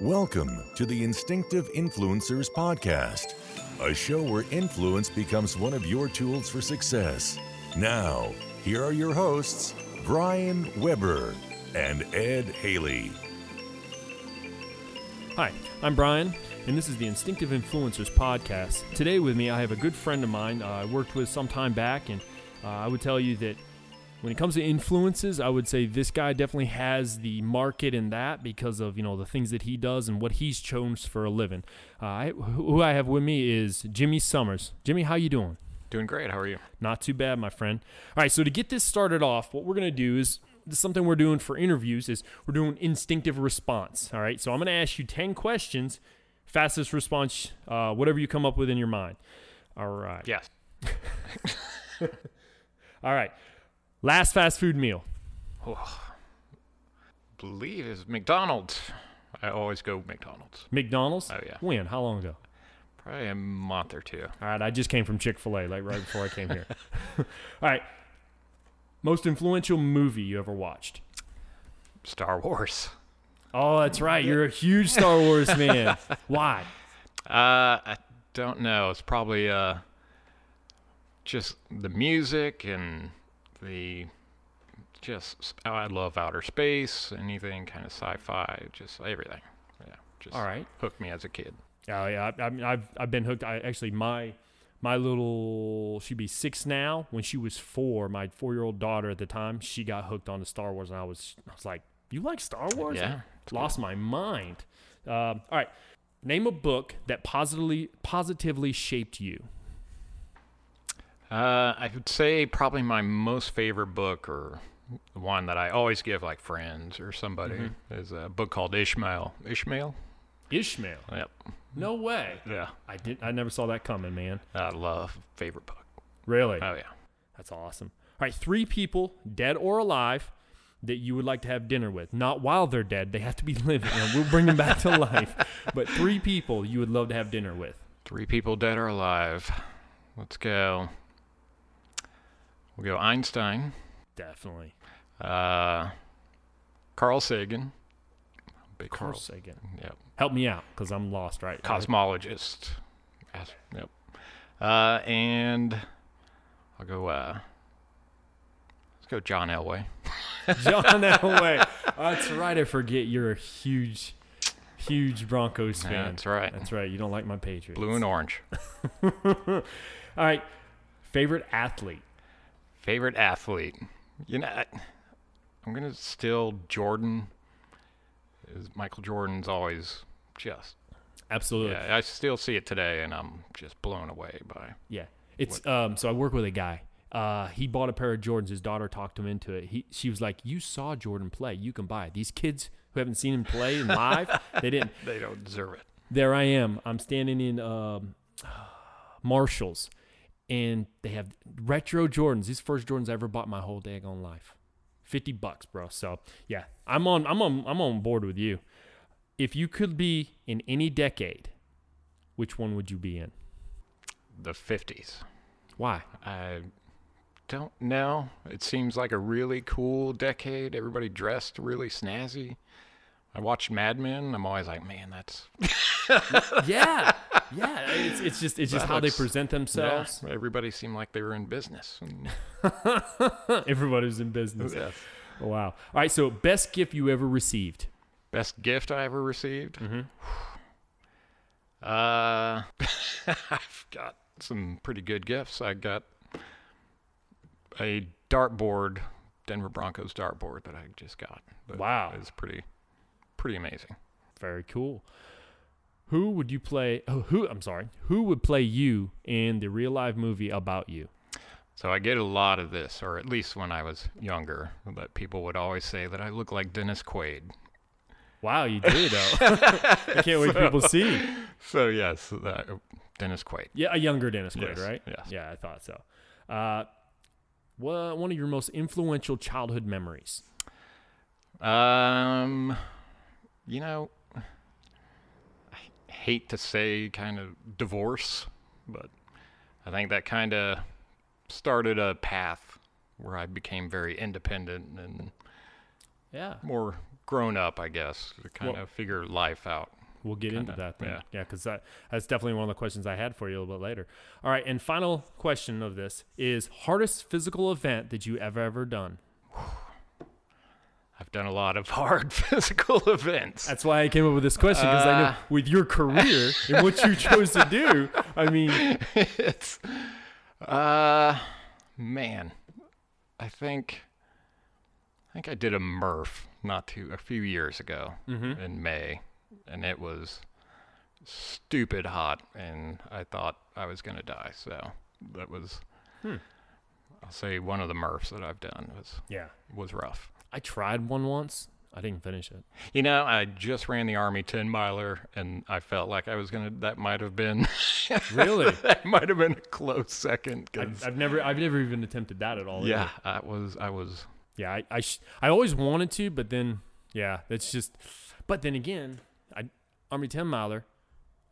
Welcome to the Instinctive Influencers Podcast, a show where influence becomes one of your tools for success. Now, here are your hosts, Brian Weber and Ed Haley. Hi, I'm Brian, and this is the Instinctive Influencers Podcast. Today with me, I have a good friend of mine uh, I worked with some time back, and uh, I would tell you that when it comes to influences, I would say this guy definitely has the market in that because of you know the things that he does and what he's chose for a living. Uh, I, who I have with me is Jimmy Summers. Jimmy, how you doing? Doing great. How are you? Not too bad, my friend. All right, so to get this started off, what we're going to do is this is something we're doing for interviews is we're doing instinctive response. All right, so I'm going to ask you 10 questions, fastest response, uh, whatever you come up with in your mind. All right. Yes. All right. Last fast food meal. Believe is McDonald's. I always go McDonald's. McDonald's? Oh, yeah. When? How long ago? Probably a month or two. All right, I just came from Chick fil A, like right before I came here. All right. Most influential movie you ever watched? Star Wars. Oh, that's right. You're a huge Star Wars man. Why? Uh, I don't know. It's probably uh, just the music and the just. s- Oh, I love outer space. Anything kind of sci-fi. Just everything. Yeah. Just All right. Hooked me as a kid. Oh yeah, I, I mean, I've I've been hooked. I actually my my little she'd be six now. When she was four, my four year old daughter at the time, she got hooked onto Star Wars, and I was I was like, "You like Star Wars?" Yeah, lost my mind. Um, all right, name a book that positively positively shaped you. Uh, I would say probably my most favorite book, or one that I always give like friends or somebody, is a book called Ishmael. Ishmael. Ishmael. Yep. No way. Yeah. I did. I never saw that coming, man. I love favorite book. Really? Oh yeah. That's awesome. All right, three people, dead or alive, that you would like to have dinner with. Not while they're dead; they have to be living. and we'll bring them back to life. But three people you would love to have dinner with. Three people dead or alive. Let's go. We'll go Einstein, Definitely. uh, Carl Sagan, big Carl Carl. Sagan. Yep. Help me out, cause I'm lost right now. Cosmologist. As- Yep. Uh, and I'll go. Uh, let's go John Elway. John Elway. That's right. I forget you're a huge, huge Broncos fan. that's right. That's right. You don't like my Patriots. Blue and orange. All right. Favorite athlete. Favorite athlete. You know, I, I'm gonna still Jordan. Is Michael Jordan's always just Absolutely. Yeah, I still see it today, and I'm just blown away by. Yeah. It's um so I work with a guy. Uh he bought a pair of Jordans. His daughter talked him into it. He she was like, You saw Jordan play, you can buy it. These kids who haven't seen him play in live, they didn't. They don't deserve it. There I am. I'm standing in um Marshalls and they have retro Jordans. These first Jordans I ever bought in my whole daggone life. Fifty bucks, bro. So yeah, I'm on I'm on I'm on board with you. If you could be in any decade, which one would you be in? The 50s. Why? I don't know. It seems like a really cool decade. Everybody dressed really snazzy. I watched Mad Men. I'm always like, man, that's yeah, yeah. It's, it's just it's just That how looks- they present yeah, themselves. everybody seemed like they were in business. And, Everybody's in business. yes. Wow. All right. So best gift you ever received. Best gift I ever received. Uh, I've got some pretty good gifts. I got a dartboard, Denver Broncos dartboard that I just got. That Wow. is pretty, pretty amazing. Very cool. Who would you play? Oh, who? I'm sorry. Who would play you in the real life movie about you? So I get a lot of this, or at least when I was younger, that people would always say that I look like Dennis Quaid. Wow, you do though. I can't wait for people to see. So yes, that, Dennis Quaid. Yeah, a younger Dennis Quaid, Yes, right? yes. Yeah, I thought so. Uh, wha- one of your most influential childhood memories. Um, you know, I hate to say kind of divorce, but I think that kind of started a path where I became very independent and Yeah. more grown up, I guess, to kind Well- of figure life out. We'll get into Kinda, that then. yeah. Yeah, because that, that's definitely one of the questions I had for you a little bit later. All right, and final question of this is hardest physical event that you ever ever done. I've done a lot of hard physical events. That's why I came up with this question because I know Uh. with your career and what you chose to do, I mean, it's uh man i think i think i did a murph not too a few years ago in may and it was stupid hot and i thought i was gonna die so that was i'll say one of the murphs that i've done was yeah, was rough I tried one once. I didn't finish it. you know i just ran the army 10 miler and i felt like i was gonna that might have been Really? that might have been a close second 'cause- I've, I've never, I've never even attempted that at all. Yeah, I was. I was. yeah i I, sh- I always wanted to but then yeah that's just but then again i army 10 miler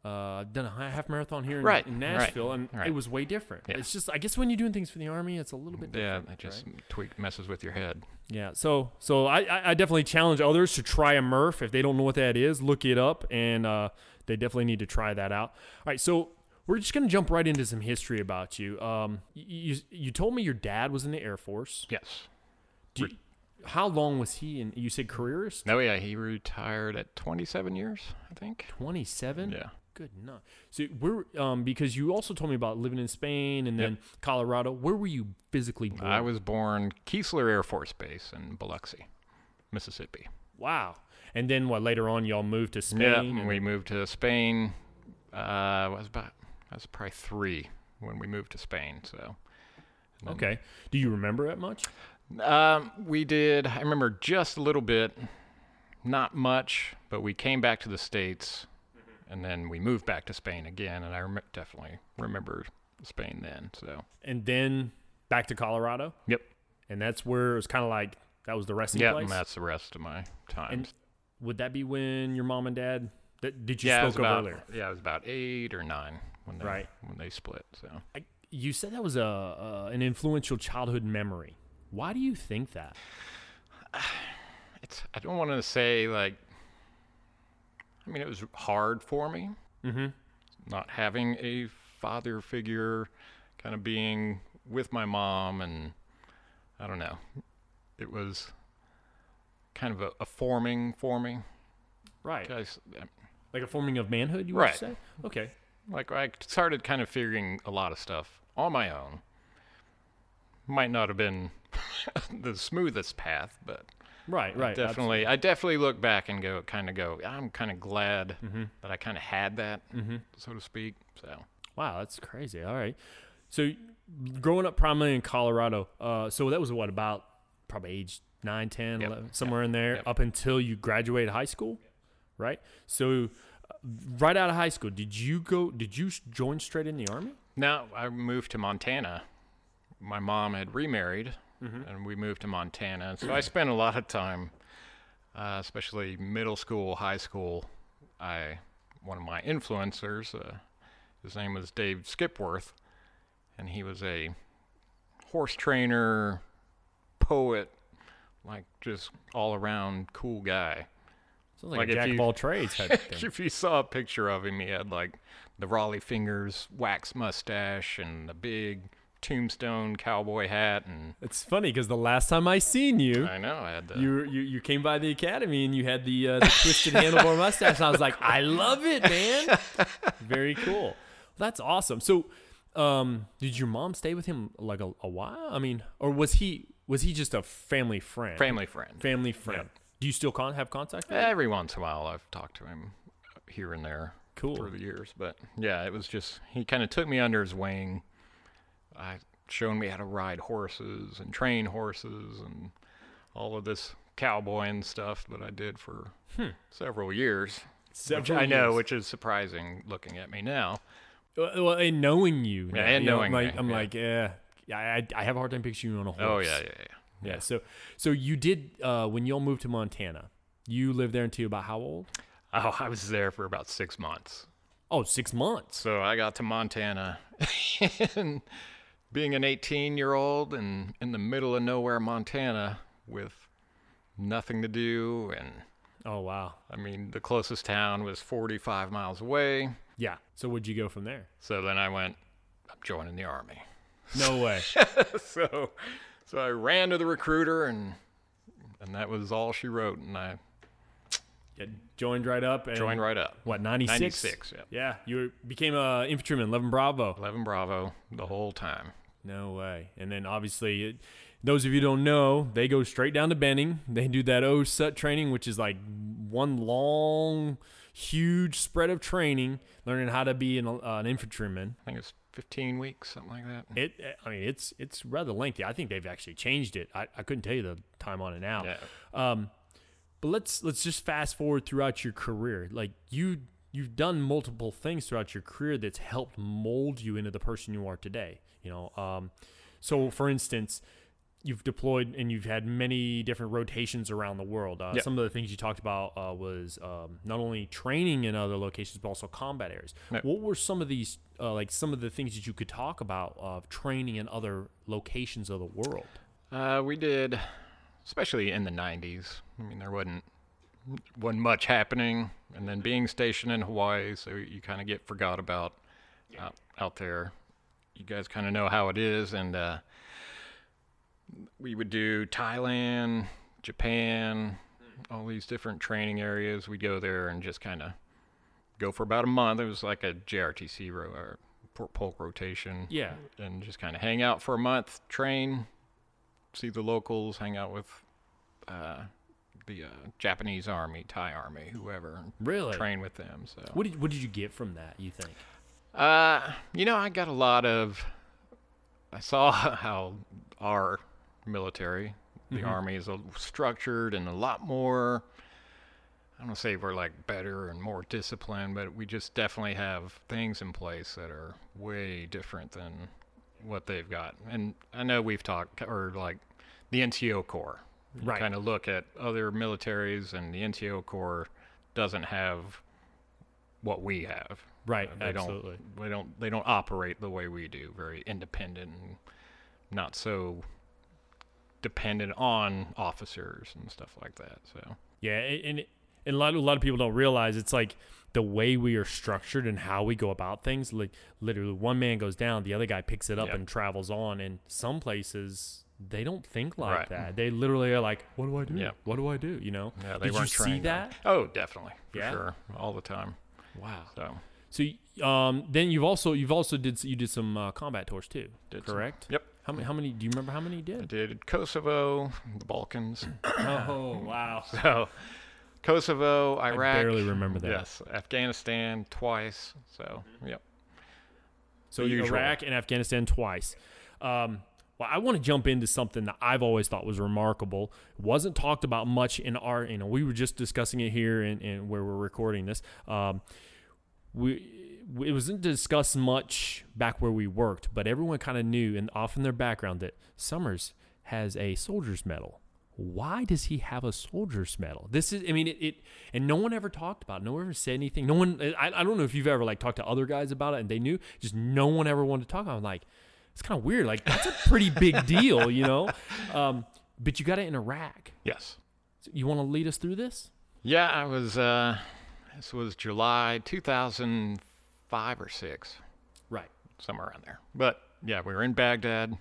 uh done a hi- half marathon here in, Right, in right, nashville and right. it was way different Yeah. it's just i guess when you're doing things for the army it's a little bit Yeah, different it just tweak messes with your head. yeah so so I, I i definitely challenge others to try a murph if they don't know what that is look it up and uh they definitely need to try that out all right so we're just gonna jump right into some history about you um y- you you told me your dad was in the air force Yes. Do you- how long was he in you said careerist No, yeah, he retired at 27 years, I think. 27 Yeah. good enough so we're um because you also told me about living in spain and then colorado where were you physically born I was born Keesler Air Force Base in Biloxi, Mississippi. wow and then what later on y'all moved to spain Yeah, and- we moved to Spain. Uh, I was about I was probably three when we moved to Spain. So okay do you remember that much um, we did. I remember just a little bit, not much, but we came back to the states, and then we moved back to Spain again. And I rem- definitely remember Spain then. So and then back to colorado yep, and that's where it was kind of like that was the resting yeah, place and that's the rest of my time. And would that be when your mom and dad that did you yeah, I was spoke of about, earlier yeah, I was about eight or nine when they Right. when they split. So I, you said that was a uh, an influential childhood memory why do you think that it's I don't want to say like. I mean, it was hard for me. mm-hmm not having a father figure, kind of being with my mom, and I don't know. It was kind of a, a forming for me. right I s- like a forming of manhood you would Right. say okay like I started kind of figuring a lot of stuff on my own. Might not have been the smoothest path, but Right, right. absolutely. definitely, I definitely look back and go, kind of go, I'm kind of glad Mm-hmm. that I kind of had that, so to speak. So Wow, that's crazy. All right. So, growing up primarily in Colorado, uh, so that was what, about probably age 9, 10, Yep, 11, yep, somewhere in there, yep. up until you graduated high school, right? So, uh, right out of high school, did you go, did you s- join straight in the Army? No, I moved to Montana. My mom had remarried, and we moved to Montana. So I spent a lot of time, uh, especially middle school, high school. I one of my influencers, uh, his name was Dave Skipworth, and he was a horse trainer, poet, like just all around cool guy. Sounds like, Like a if jack of you- all trades type of thing. If you saw a picture of him, he had like the Raleigh fingers, wax mustache, and the big tombstone cowboy hat. And It's funny because the last time I seen you, I know I had the you, you you came by the academy and you had the, uh, the twisted handlebar mustache. And I was like, I love it, man. Very cool. That's awesome. So, um, did your mom stay with him like a, a while? I mean, or was he was he just a family friend? family Eh, friend. Family friend. Do you still con- have contact? With him? Every once in a while, I've talked to him here and there Cool. through the years. But yeah, it was just he kind of took me under his wing. I shown me how to ride horses and train horses and all of this cowboying stuff that I did for several years. Which Hmm. Several I know, years. which is surprising looking at me now. Well, well, and knowing you, now, and you know, knowing like, me, I'm yeah. like, yeah, I, I I have a hard time picturing you on a horse. Oh yeah, yeah, yeah. yeah. So, so you did uh, when y'all moved to Montana. You lived there until about how old? Oh, I was there for about six months. Oh, six months. So I got to Montana, and being an 18 year old and in the middle of nowhere, Montana, with nothing to do. And Oh wow. I mean, the closest town was 45 miles away. Yeah. So would you go from there? So then I went, I'm joining the army. No way. so, so I ran to the recruiter, and and that was all she wrote. And I yeah, joined right up and joined right up. what, 96? 96, yeah. Yeah, you were- became a infantryman, 11 Bravo. 11 Bravo the whole time. No way. And then obviously, it, those of you who don't know, they go straight down to Benning. They do that OSUT training, which is like one long, huge spread of training, learning how to be an, uh, an infantryman. I think it's 15 weeks, something like that. It, I mean, it's it's rather lengthy. I think they've actually changed it. I, I couldn't tell you the time on it now. Yeah. Um, but let's let's just fast forward throughout your career. Like you you've done multiple things throughout your career that's helped mold you into the person you are today. You know, um, so for instance, you've deployed and you've had many different rotations around the world. Uh, Yeah. Some of the things you talked about uh, was um, not only training in other locations but also combat areas. Yeah. What were some of these uh, like some of the things that you could talk about of training in other locations of the world? Uh, we did, especially in the 90s. I mean, there wasn't wasn't much happening, and then being stationed in Hawaii, so you kind of get forgot about out, out there. You guys kind of know how it is, and uh, we would do Thailand, Japan, all these different training areas. We'd go there and just kind of go for about a month. It was like a JRTC ro- or Port Polk rotation Yeah. and just kind of hang out for a month, train, see the locals, hang out with uh, the uh, Japanese army, Thai army, whoever, and Really? train with them. So, What did what did you get from that? You think? uh, you know, I got a lot of. I saw how our military, the army, is a- structured and a lot more. I don't say we're like better and more disciplined, but we just definitely have things in place that are way different than what they've got. And I know we've talked, or like the NCO Corps. Right. Kind of look at other militaries, and the NCO Corps doesn't have what we have. Right, Uh, They Um, absolutely. Don't, they don't. They don't operate the way we do. Very independent, and not so dependent on officers and stuff like that. So Yeah, a- and and a lot a lot of people don't realize it's like the way we are structured and how we go about things. Like literally, one man goes down, the other guy picks it up Yeah. and travels on. And some places they don't think like Right. that. They literally are like, "What do I do? Yeah. What do I do?" You know? yeah, they Did weren't you see trained on- that? Oh, definitely. For Yeah? sure. All the time. Wow. So So y- um, then you've also you've also did s- you did some uh, combat tours too, Did some. correct? Yep. How many? How many? Do you remember how many you I did? did Kosovo, the Balkans. oh wow. So Kosovo, I Iraq. barely remember that. Yes, Afghanistan twice. So, yep. So The usual. Iraq and Afghanistan twice. Um, well, I want to jump into something that I've always thought was remarkable. It wasn't talked about much in our, you know, we were just discussing it here and, and where we're recording this. Um, we, it wasn't discussed much back where we worked, but everyone kind of knew and off in their background that Summers has a soldier's medal. Why does he have a soldier's medal? This is, I mean, it, it and no one ever talked about it. No one ever said anything. No one, I, I don't know if you've ever like talked to other guys about it and they knew, just no one ever wanted to talk about it. I'm like, it's kind of weird. Like, that's a pretty big deal, you know? Um, but you got it in Iraq. Yes. So you want to lead us through this? Yeah, I was. Uh, this was July 2005 or six, Right. somewhere around there. But yeah, we were in Baghdad.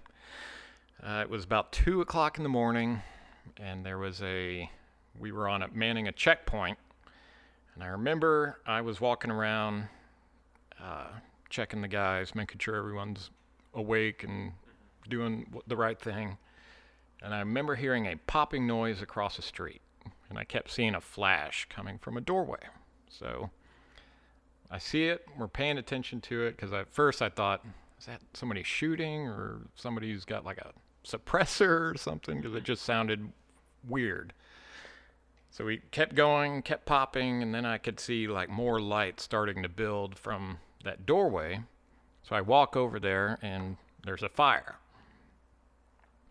Uh, it was about two o'clock in the morning, and there was a. We were on a manning a checkpoint, and I remember I was walking around, uh, checking the guys, making sure everyone's awake and doing w- the right thing. And I remember hearing a popping noise across the street, and I kept seeing a flash coming from a doorway. So I see it, we're paying attention to it, because at first I thought, is that somebody shooting or somebody who's got like a suppressor or something? Because it just sounded weird. So we kept going, kept popping, and then I could see like more light starting to build from that doorway. So I walk over there, and there's a fire.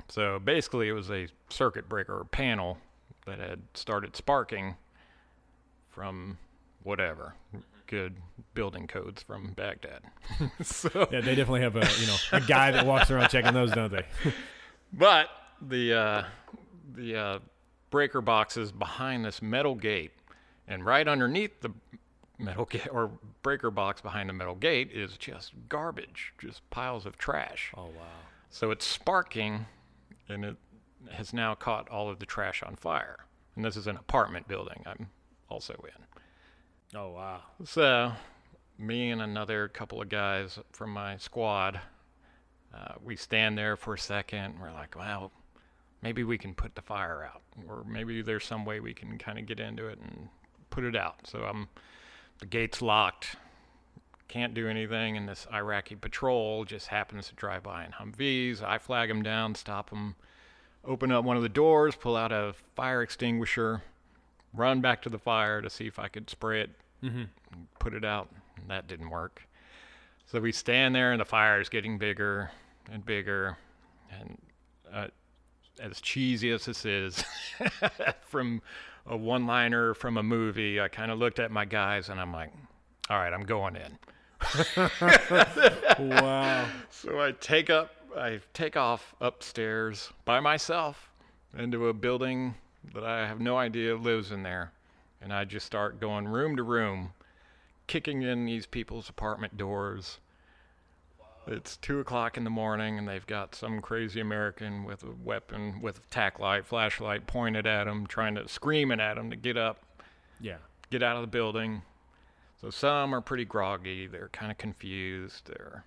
So basically, it was a circuit breaker or panel that had started sparking from whatever good building codes from Baghdad. so, Yeah, they definitely have a, you know, a guy that walks around checking those, don't they? but the uh, the uh, breaker boxes behind this metal gate. And right underneath the metal gate or breaker box behind the metal gate is just garbage, just piles of trash. Oh wow. So it's sparking and it has now caught all of the trash on fire. And this is an apartment building I'm also in. Oh wow. So, me and another couple of guys from my squad, uh, we stand there for a second and we're like, well, maybe we can put the fire out. Or maybe there's some way we can kind of get into it and put it out. So, I'm, the gate's locked, can't do anything. And this Iraqi patrol just happens to drive by in Humvees. I flag them down, stop them, open up one of the doors, pull out a fire extinguisher, run back to the fire to see if I could spray it, and put it out. And that didn't work. So we stand there, and the fire is getting bigger and bigger. And uh, as cheesy as this is, from a one liner from a movie, I kind of looked at my guys and I'm like, all right, I'm going in. Wow. So I take up, I take off upstairs by myself into a building that I have no idea lives in there, and I just start going room to room, kicking in these people's apartment doors. It's two o'clock in the morning, and they've got some crazy American with a weapon, with a tack light, flashlight pointed at him, trying to screaming at him to get up Yeah. get out of the building. So some are pretty groggy. They're kind of confused. They're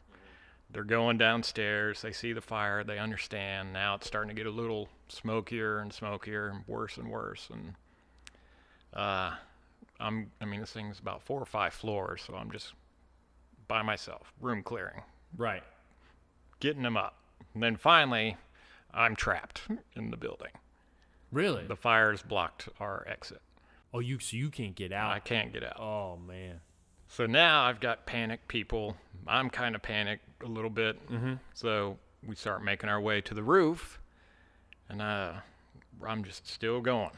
they're going downstairs. They see the fire. They understand. Now it's starting to get a little smokier and smokier and worse and worse. And uh, I'm I mean this thing's about four or five floors, so I'm just by myself, room clearing, Right. getting them up. And then finally, I'm trapped in the building. Really? The fire's blocked our exit. oh, you so you can't get I out. can't get out. Oh man. So now I've got panicked people. I'm kind of panicked a little bit. Mm-hmm. So we start making our way to the roof, and uh, I'm just still going,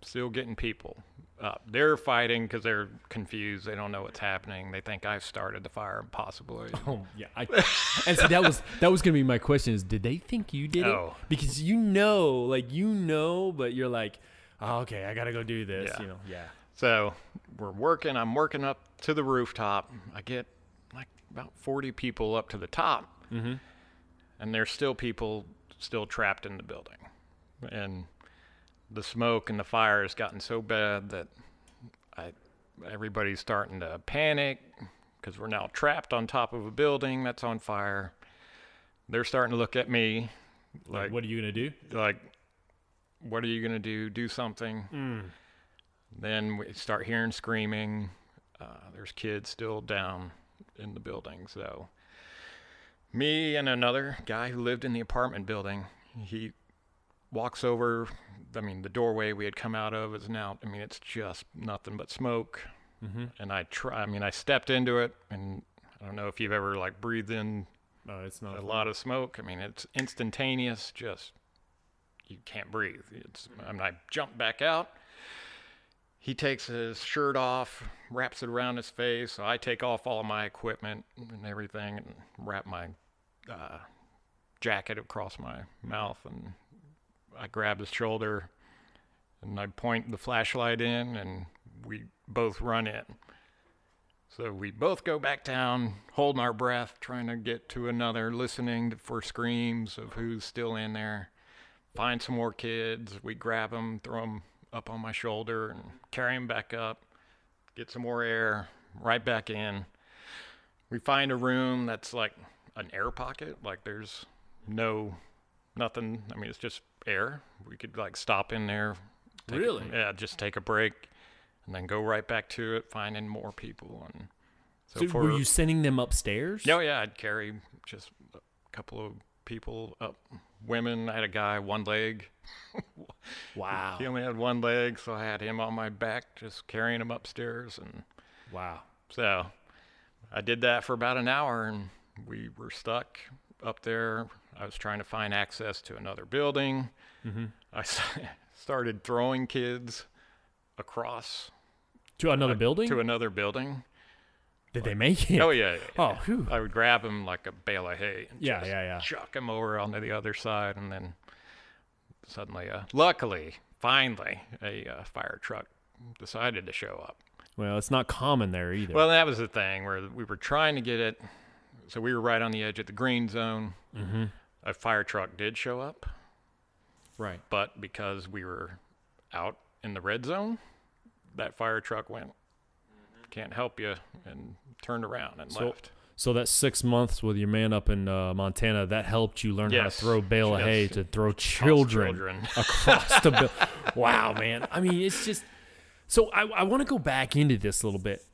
still getting people up. They're fighting because they're confused. They don't know what's happening. They think I've started the fire, possibly. Oh yeah. I, and so that was that was gonna be my question: is did they think you did Oh. it? Because you know, like you know, but you're like, oh, okay, I gotta go do this. Yeah. You know. Yeah. So we're working. I'm working up to the rooftop. I get like about 40 people up to the top, and there's still people still trapped in the building. And the smoke and the fire has gotten so bad that I, everybody's starting to panic because we're now trapped on top of a building that's on fire. They're starting to look at me like, What are you gonna do? like what are you gonna do do something then we start hearing screaming uh, there's kids still down in the building so me and another guy who lived in the apartment building he walks over i mean the doorway we had come out of is now i mean it's just nothing but smoke and i try i mean i stepped into it and i don't know if you've ever like breathed in No, Oh, it's a not. lot of smoke. I mean, it's instantaneous. Just you can't breathe. It's. I mean, I jump back out. He takes his shirt off, wraps it around his face. So I take off all of my equipment and everything, and wrap my uh, jacket across my mouth, and I grab his shoulder, and I point the flashlight in, and we both run in. So we both go back down, holding our breath, trying to get to another, listening for screams of who's still in there. Find some more kids. We grab them, throw them up on my shoulder, and carry them back up. Get some more air, right back in. We find a room that's like an air pocket. Like there's no, nothing. I mean, it's just air. We could like stop in there. take a- Really? yeah, just take a break and then go right back to it, finding more people. And so, So for were you sending them upstairs? no, yeah, I'd carry just a couple of people up, women. I had a guy, one leg. Wow. He only had one leg, so I had him on my back, just carrying him upstairs. And Wow. so I did that for about an hour, and we were stuck up there. I was trying to find access to another building. Mm-hmm. I s- started throwing kids across To another building? Uh, to another building. did they make it? Oh yeah. yeah, yeah. Oh, whew. I would grab him like a bale of hay. And Yeah, just yeah, yeah. Chuck him over onto the other side, and then suddenly, uh, luckily finally a uh, fire truck decided to show up. Well, it's not common there either. Well, that was the thing where we were trying to get it, so we were right on the edge of the green zone. mm-hmm. A fire truck did show up, right. but because we were out in the red zone, that fire truck went, can't help you, and turned around and So- left. So that six months with your man up in uh, Montana that helped you learn how to Yes. throw bale of Yes. hay to throw children, children. across the. Bill. Wow, man! I mean, it's just. So I, I want to go back into this a little bit,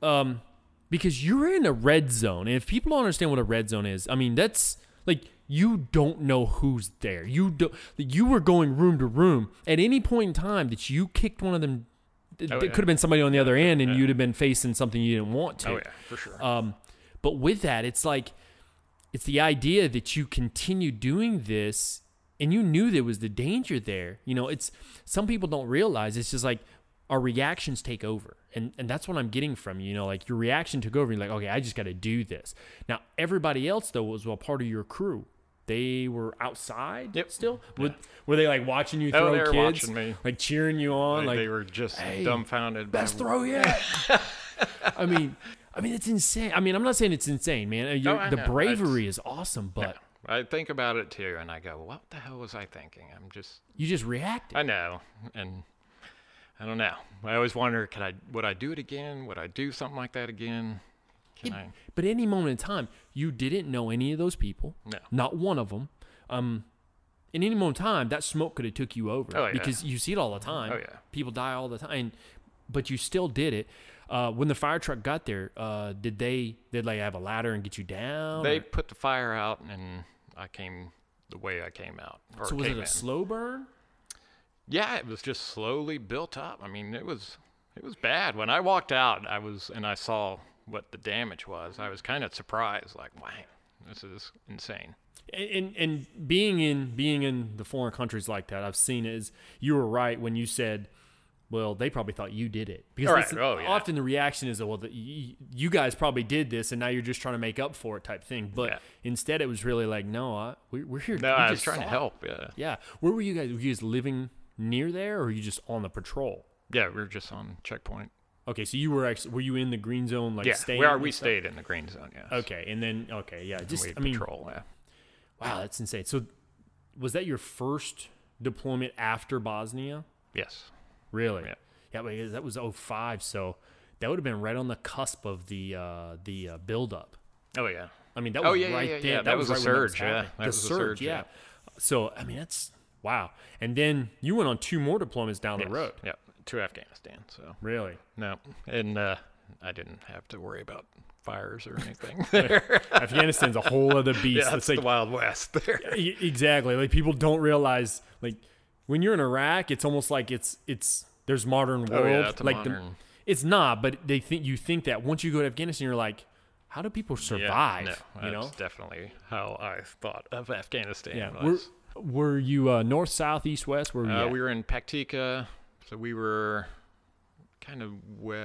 um, because you're in a red zone, and if people don't understand what a red zone is, I mean that's like you don't know who's there. You do You were going room to room at any point in time that you kicked one of them. It Oh, yeah. could have been somebody on the other end, and you'd have been facing something you didn't want to. Oh yeah, for sure. Um, but with that, it's like it's the idea that you continue doing this, and you knew there was the danger there. You know, it's some people don't realize it's just like our reactions take over, and and that's what I'm getting from you. You know, like your reaction took over. You're like, okay, I just got to do this. Now everybody else though was a part of your crew. They were outside Yep. still. Were, were they like watching you throw Oh, they were kids, watching me. like cheering you on? they, like they were just "Hey, dumbfounded. by best throw yet. I mean, I mean, it's insane. I mean, I'm not saying it's insane, man. Uh, you're- No, Oh, I the know. bravery is awesome, but I think about it too, and I go, "What the hell was I thinking?" I'm just, you just reacted. I know, and I don't know. I always wonder, could I, would I do it again? Would I do something like that again? Can I? but any moment in time, you didn't know any of those people. No. Not one of them. Um, in any moment in time, that smoke could have took you over Oh, yeah. because you see it all the time. Oh, yeah. People die all the time, and, but you still did it. Uh, when the fire truck got there, uh, did they did they have a ladder and get you down? They or- put the fire out, and I came the way I came out. Or so was it came a in. slow burn? Yeah, it was just slowly built up. I mean, it was, it was bad. When I walked out, I was, and I saw what the damage was. I was kind of surprised, like, wow, this is insane. and and being in being in the foreign countries like that, I've seen is you were right when you said, well, they probably thought you did it because All right. this- Oh, yeah. often the reaction is, well, the, you, you guys probably did this, and now you're just trying to make up for it type thing. But Yeah. instead, it was really like, no, I, we, we're here. No, we I was just trying to saw it." help. Yeah. Yeah, where were you guys? Were you guys living near there, or were you just on the patrol? Yeah, we were just on checkpoint. Okay, so you were actually were you in the green zone like yeah, staying? we are. and We stuff? stayed in the green zone. Yeah. Okay, and then okay, yeah, just we I mean, patrol. yeah. Wow, that's insane. So, was that your first deployment after Bosnia? Yes. Really? Yeah. Yeah, because that was 05, so that would have been right on the cusp of the uh, the uh, buildup. Oh yeah. I mean, that Oh, was yeah, yeah, right yeah, yeah. there. That was a right when surge, yeah. happening. That the was a surge, surge, yeah. yeah. So, I mean, that's wow. And then you went on two more deployments down Yes. the road. Yeah. To Afghanistan. So Really? no, and uh, I didn't have to worry about fires or anything there. Afghanistan's a whole other beast. yeah, It's that's like- the Wild West there. E- exactly like people don't realize like when you're in iraq it's almost like it's it's there's modern world Oh, yeah, that's a like modern- The, it's not but they think you think that once you go to afghanistan you're like how do people Yeah, survive no, you know that's definitely how I thought of Afghanistan. yeah were, was- were you uh, north south east west where were you Uh, at? We were in Paktika, so we were kind of we-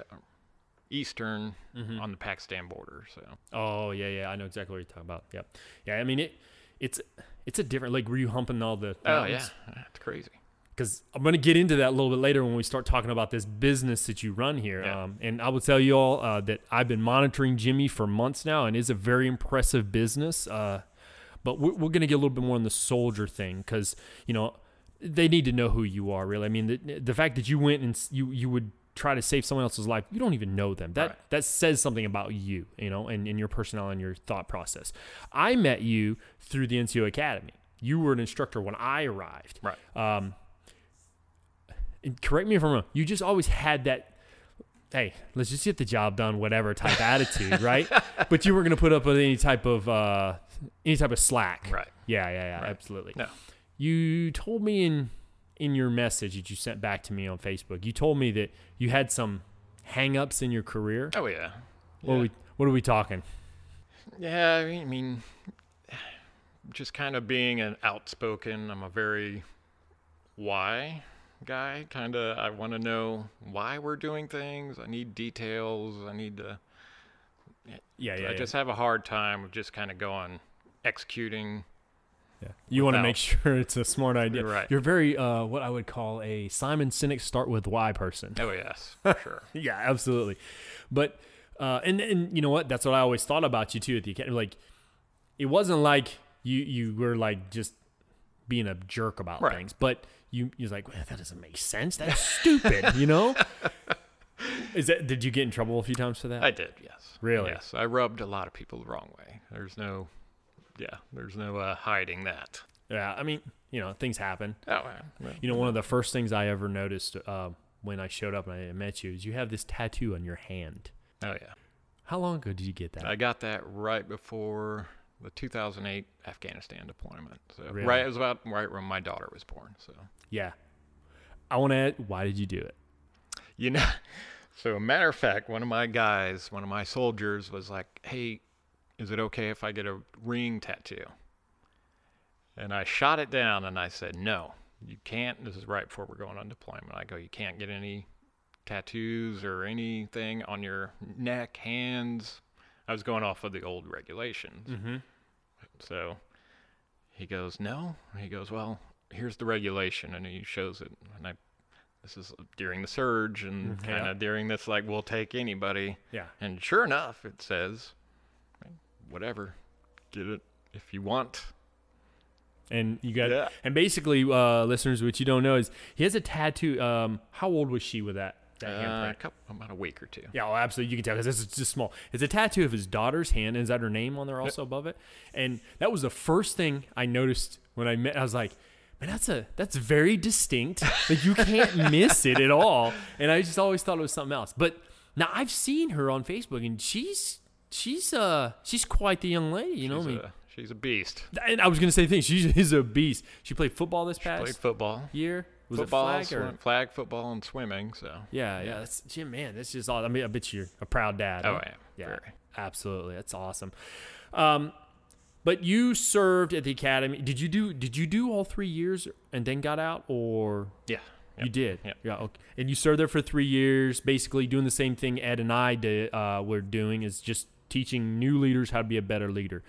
eastern Mm-hmm. on the Pakistan border. So oh yeah yeah i know exactly what you're talking about yep yeah i mean it it's it's a different like were you humping all the oh yeah, that's crazy. because I'm going to get into that a little bit later when we start talking about this business that you run here. Yeah. Um, and I will tell you all uh, that I've been monitoring Jimmy for months now, and it's a very impressive business. Uh, but we're, we're going to get a little bit more on the soldier thing because you know they need to know who you are. Really, I mean the the fact that you went and s- you you would try to save someone else's life, you don't even know them. That Right. that says something about you, you know, and, and your personality and your thought process. I met you through the NCO Academy. You were an instructor when I arrived. Right. Um, and correct me if I'm wrong. You just always had that, hey, let's just get the job done, whatever type attitude, right? But you weren't going to put up with any type of uh, any type of slack, Right. Yeah, yeah, yeah, Right. absolutely. No. You told me in in your message that you sent back to me on Facebook. You told me that you had some hang-ups in your career. Oh yeah. What are we What are we talking? Yeah, I mean- I mean, just kind of being an outspoken. I'm a very why guy. Kind of, I want to know why we're doing things. I need details. I need to. Yeah, yeah, I yeah. just have a hard time of just kind of going, executing, Yeah. You want to Without. make sure it's a smart idea. You're right. You're very uh, what I would call a Simon Sinek start with why person. Oh yes, for sure. yeah, absolutely. But uh, and and you know what? That's what I always thought about you too at the academy. Like it wasn't like you you were like just being a jerk about Right. things, but you you're like well, that doesn't make sense. That's stupid. You know? Is that did you get in trouble a few times for that? I did, yes. Really? Yes, I rubbed a lot of people the wrong way. There's no, yeah, there's no uh, hiding that. yeah. I mean, you know, things happen. Oh, well, You know, one of the first things I ever noticed uh, when I showed up and I met you is you have this tattoo on your hand. oh yeah. How long ago did you get that? I got that right before the 2008 Afghanistan deployment. So Really? right, it was about right when my daughter was born. So yeah. I want to add, why did you do it? you know, so a matter of fact, one of my guys, one of my soldiers, was like, "Hey, is it okay if I get a ring tattoo?" And I shot it down and I said, "No, you can't." This is right before we're going on deployment. I go, "You can't get any tattoos or anything on your neck, hands." I was going off of the old regulations. Mm-hmm. So he goes, No. He goes, Well, here's the regulation. And he shows it. And I, this is during the surge and Mhm. kind of during this, like, we'll take anybody. Yeah. And sure enough, it says, Whatever, get it if you want. And you got, Yeah. and basically, uh, listeners, what you don't know is he has a tattoo. Um, how old was she with that, that Uh, a handprint? couple, about a week or two. Yeah, well, absolutely. You can tell because it's just small. It's a tattoo of his daughter's hand. and Is that her name on there also above it? And that was the first thing I noticed when I met. I was like, man, that's a that's very distinct. Like you can't miss it at all. And I just always thought it was something else. But now I've seen her on Facebook, and she's she's uh she's quite the young lady. You know She's, what I mean? a, she's a beast. and I was gonna say things. She is a beast. She played football this past Played football. year. Was football, it flag or? swim- flag football, and swimming. So, Yeah, yeah. That's, gee, man, that's just all. I mean, I bet you're a proud dad. Oh, huh? I am, Yeah, very. absolutely. That's awesome. Um, but you served at the academy. Did you do? Did you do all three years and then got out, or yeah. yeah. you did? Yep. Yeah. Okay. And you served there for three years, basically doing the same thing Ed and I did. Uh, were doing is just teaching new leaders how to be a better leader.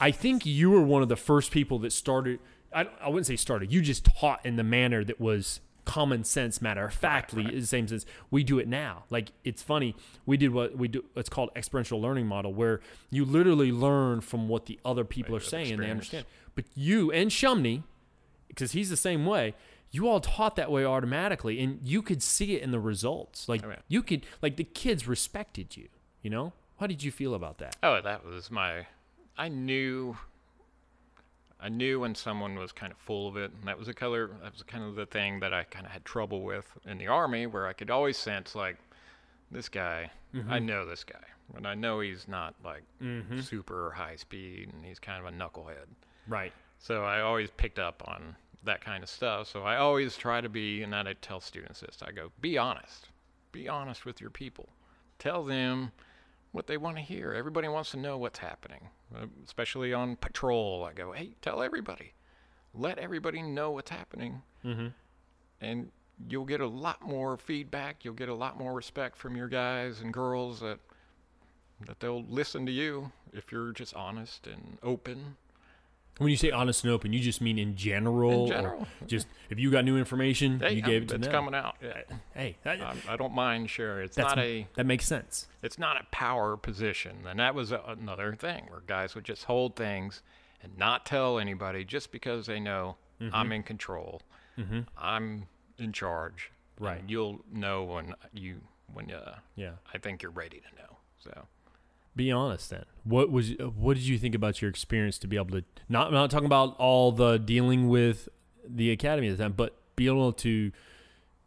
I think you were one of the first people that started. I, I wouldn't say started. You just taught in the manner that was common sense, matter of factly, in the same sense we do it now. Like it's funny. We did what we do. It's called experiential learning model, where you literally learn from what the other people are saying. They experience. understand. But you and Shumney, because he's the same way. You all taught that way automatically, and you could see it in the results. Like Oh, yeah. you could, like the kids respected you. You know, how did you feel about that? Oh, that was my. I knew. I knew when someone was kind of full of it, and that was a color. That was kind of the thing that I kind of had trouble with in the army, where I could always sense like, this guy. I Mm-hmm. know this guy, and I know he's not like super high speed, and he's kind of a knucklehead. Right. So I always picked up on that kind of stuff. So I always try to be, and that I tell students this I go, be honest. Be honest with your people. Tell them what they want to hear. Everybody wants to know what's happening, Uh, especially on patrol. I go, hey, tell everybody. Let everybody know what's happening. And you'll get a lot more feedback. You'll get a lot more respect from your guys and girls that. That they'll listen to you if you're just honest and open. When you say honest and open, you just mean in general. In or general. Just if you got new information, Hey, you I'm- gave it to it's them. coming out. Yeah. Hey, that, I'm- I don't mind sharing. It's that's, not a that makes sense. it's not a power position, and that was a, another thing where guys would just hold things and not tell anybody just because they know Mm-hmm. I'm in control, I'm in charge. and Right. you'll know when you when uh, Yeah. I think you're ready to know. So Be honest then. What was what did you think about your experience to be able to not I'm not talking about all the dealing with the academy at the time, but be able to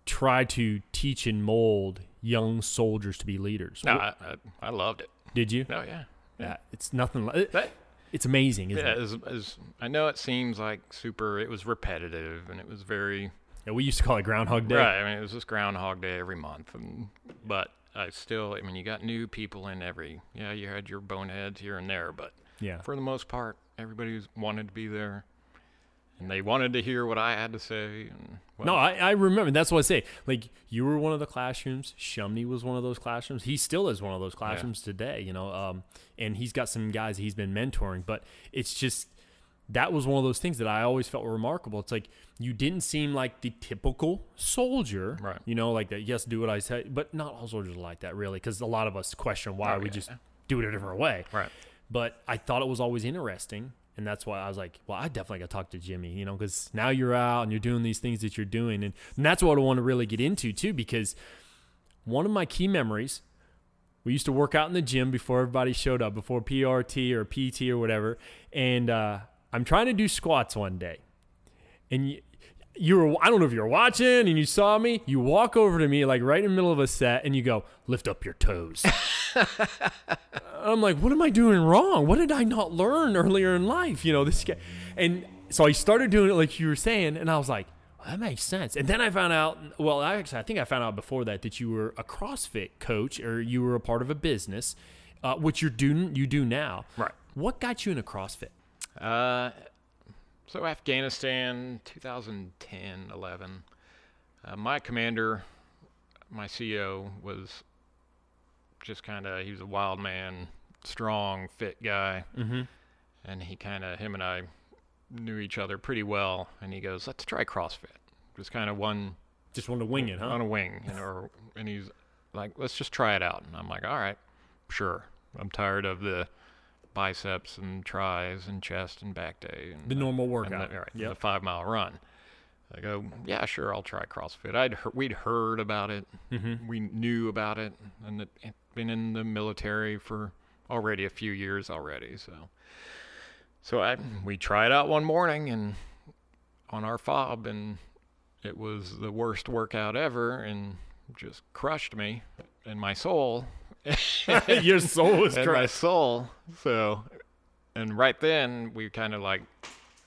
try to teach and mold young soldiers to be leaders. no, What- I, I, I loved it. did you? No, yeah. Yeah, it's nothing like That it's amazing, isn't yeah, it? is, is, I know it seems like super. It was repetitive and it was very Yeah, we used to call it Groundhog Day. Right. I mean, it was just Groundhog Day every month, and but I still, I mean, you got new people in every. Yeah, you had your boneheads here and there, but Yeah. for the most part, everybody was- wanted to be there, and they wanted to hear what I had to say. And what, No, I, I remember. That's what I say. Like you were one of the classrooms. Shumney was one of those classrooms. He still is one of those classrooms today. You know, um, and he's got some guys he's been mentoring. But it's just that was one of those things that I always felt remarkable. It's like you didn't seem like the typical soldier, Right. You know, like that. Yes, do what I say, but not all soldiers are like that, really, because a lot of us question why Oh, we yeah, just yeah. do it a different way, Right. But I thought it was always interesting, and that's why I was like, well, I definitely got to talk to Jimmy, you know, because now you're out and you're doing these things that you're doing, and, and that's what I want to really get into too, because one of my key memories we used to work out in the gym before everybody showed up, before PRT or PT or whatever. And uh, I'm trying to do squats one day. And you, you were, I don't know if you were watching and you saw me. You walk over to me, like right in the middle of a set, and you go, lift up your toes. I'm like, what am I doing wrong? What did I not learn earlier in life? You know, this guy. And so I started doing it like you were saying, and I was like, well, that makes sense. And then I found out, well, I actually, I think I found out before that that you were a CrossFit coach or you were a part of a business, uh, which you're doing, you do now. Right. What got you into CrossFit? Uh, so Afghanistan, 2010, 11. Uh, my commander, my CO, was just kind of he was a wild man, strong, fit guy, mm-hmm. and he kind of him and I knew each other pretty well. And he goes, "Let's try CrossFit." Just kind of one Just wanted to wing it, on huh? a wing, you know, or, and he's like, "Let's just try it out." And I'm like, "All right, sure." I'm tired of the biceps and tries and chest and back day and The normal and the, workout. all right, Yep. the five mile run. I go, "Yeah, sure, I'll try CrossFit." I'd hear- we'd heard about it, Mm-hmm. we knew about it, and it, it been in the military for already a few years already, so. So I we tried out one morning and on our fob and it was the worst workout ever and just crushed me and my soul Your soul is and my soul so and right then we kind of like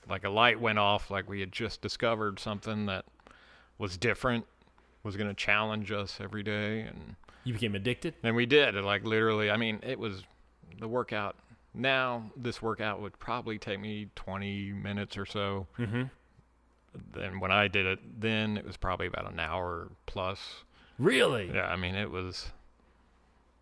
like a light went off like we had just discovered something that was different was going to challenge us every day and You became addicted. and we did and like literally i mean it was the workout now this workout would probably take me 20 minutes or so Mm-hmm. then when i did it then it was probably about an hour plus Really? yeah i mean it was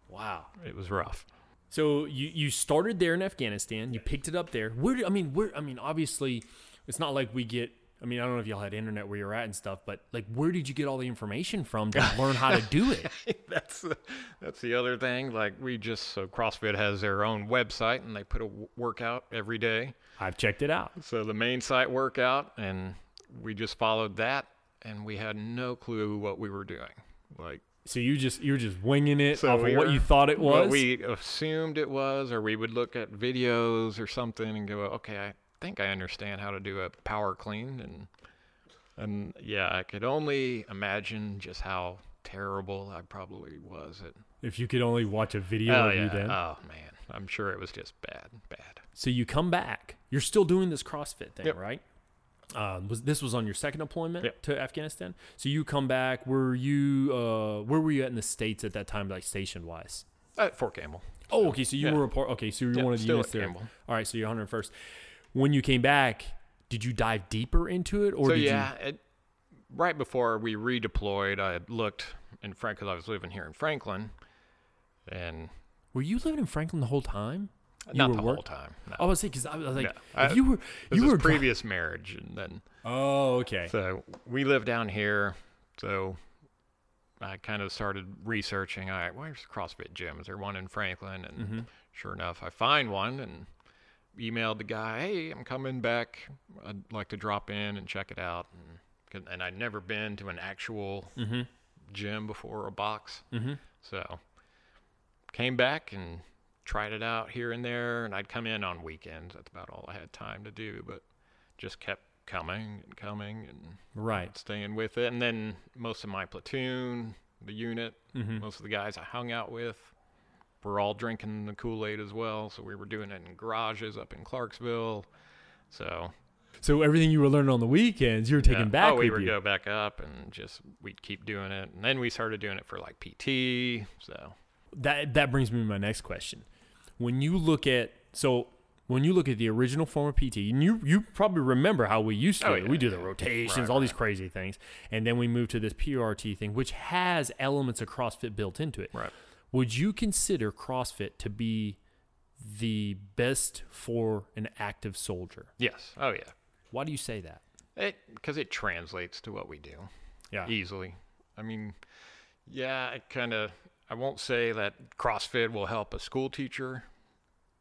Wow. it was rough So you you started there in Afghanistan. You picked it up there. Where do, I mean, where I mean, obviously, it's not like we get. I mean, I don't know if y'all had internet where you're at and stuff, but like, where did you get all the information from to learn how to do it? that's the, that's the other thing. Like we just so CrossFit has their own website and they put a w- workout every day. I've checked it out. So the main site workout and we just followed that and we had no clue what we were doing. Like So you just you're just winging it so off of we what were- you thought it was. what we assumed it was, or we would look at videos or something and go, okay, I think I understand how to do a power clean and and yeah, I could only imagine just how terrible I probably was at if you could only watch a video of you then. Oh man, I'm sure it was just bad, bad. so you come back. You're still doing this CrossFit thing, Yep. right? Um, was this was on your second deployment Yep. to Afghanistan? So you come back. Were you uh, where were you at in the states at that time, like station wise? At Uh, Fort Campbell. Oh, okay. So you yeah. were a part. Okay, so you were Yeah, one of the still units at there. Campbell. All right, so you're 101st. When you came back, did you dive deeper into it, or so did yeah, it, right before we redeployed, I had looked in Frank because I was living here in Franklin, and you were you living in Franklin the whole time? You not were the work- whole time. No. I was saying because I was like, No. if I- you were This you was were dri- previous marriage, and then Oh, okay. so we lived down here, so. I kind of started researching. All right, where's the CrossFit gym? Is there one in Franklin? And sure enough, I find one and emailed the guy, "Hey, I'm coming back. I'd like to drop in and check it out." And, 'cause- and I'd never been to an actual gym before, a box. Mm-hmm. So came back and tried it out here and there. And I'd come in on weekends. That's about all I had time to do, but just kept coming and coming and right. staying with it. And then most of my platoon, the unit, Mm-hmm. most of the guys I hung out with were all drinking the Kool Aid as well. So we were doing it in garages up in Clarksville. So So everything you were learning on the weekends, you were taking yeah. back oh, we with would you. go back up and just we'd keep doing it. And then we started doing it for like PT. So That that brings me to my next question. When you look at so when you look at the original form of PT, and you you probably remember how we used to Oh, do it. yeah, we do the yeah. rotations, Right, all these crazy things, and then we move to this PRT thing, which has elements of CrossFit built into it. Right. Would you consider CrossFit to be the best for an active soldier. Yes. Oh yeah. Why do you say that? It because it translates to what we do Yeah. easily. I mean, yeah, it kind of. I won't say that CrossFit will help a school teacher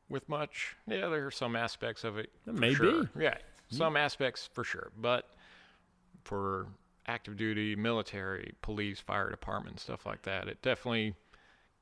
with much. Yeah, there are some aspects of it. for may sure. Yeah, some aspects for sure, but for active duty, military, police, fire department, stuff like that, it definitely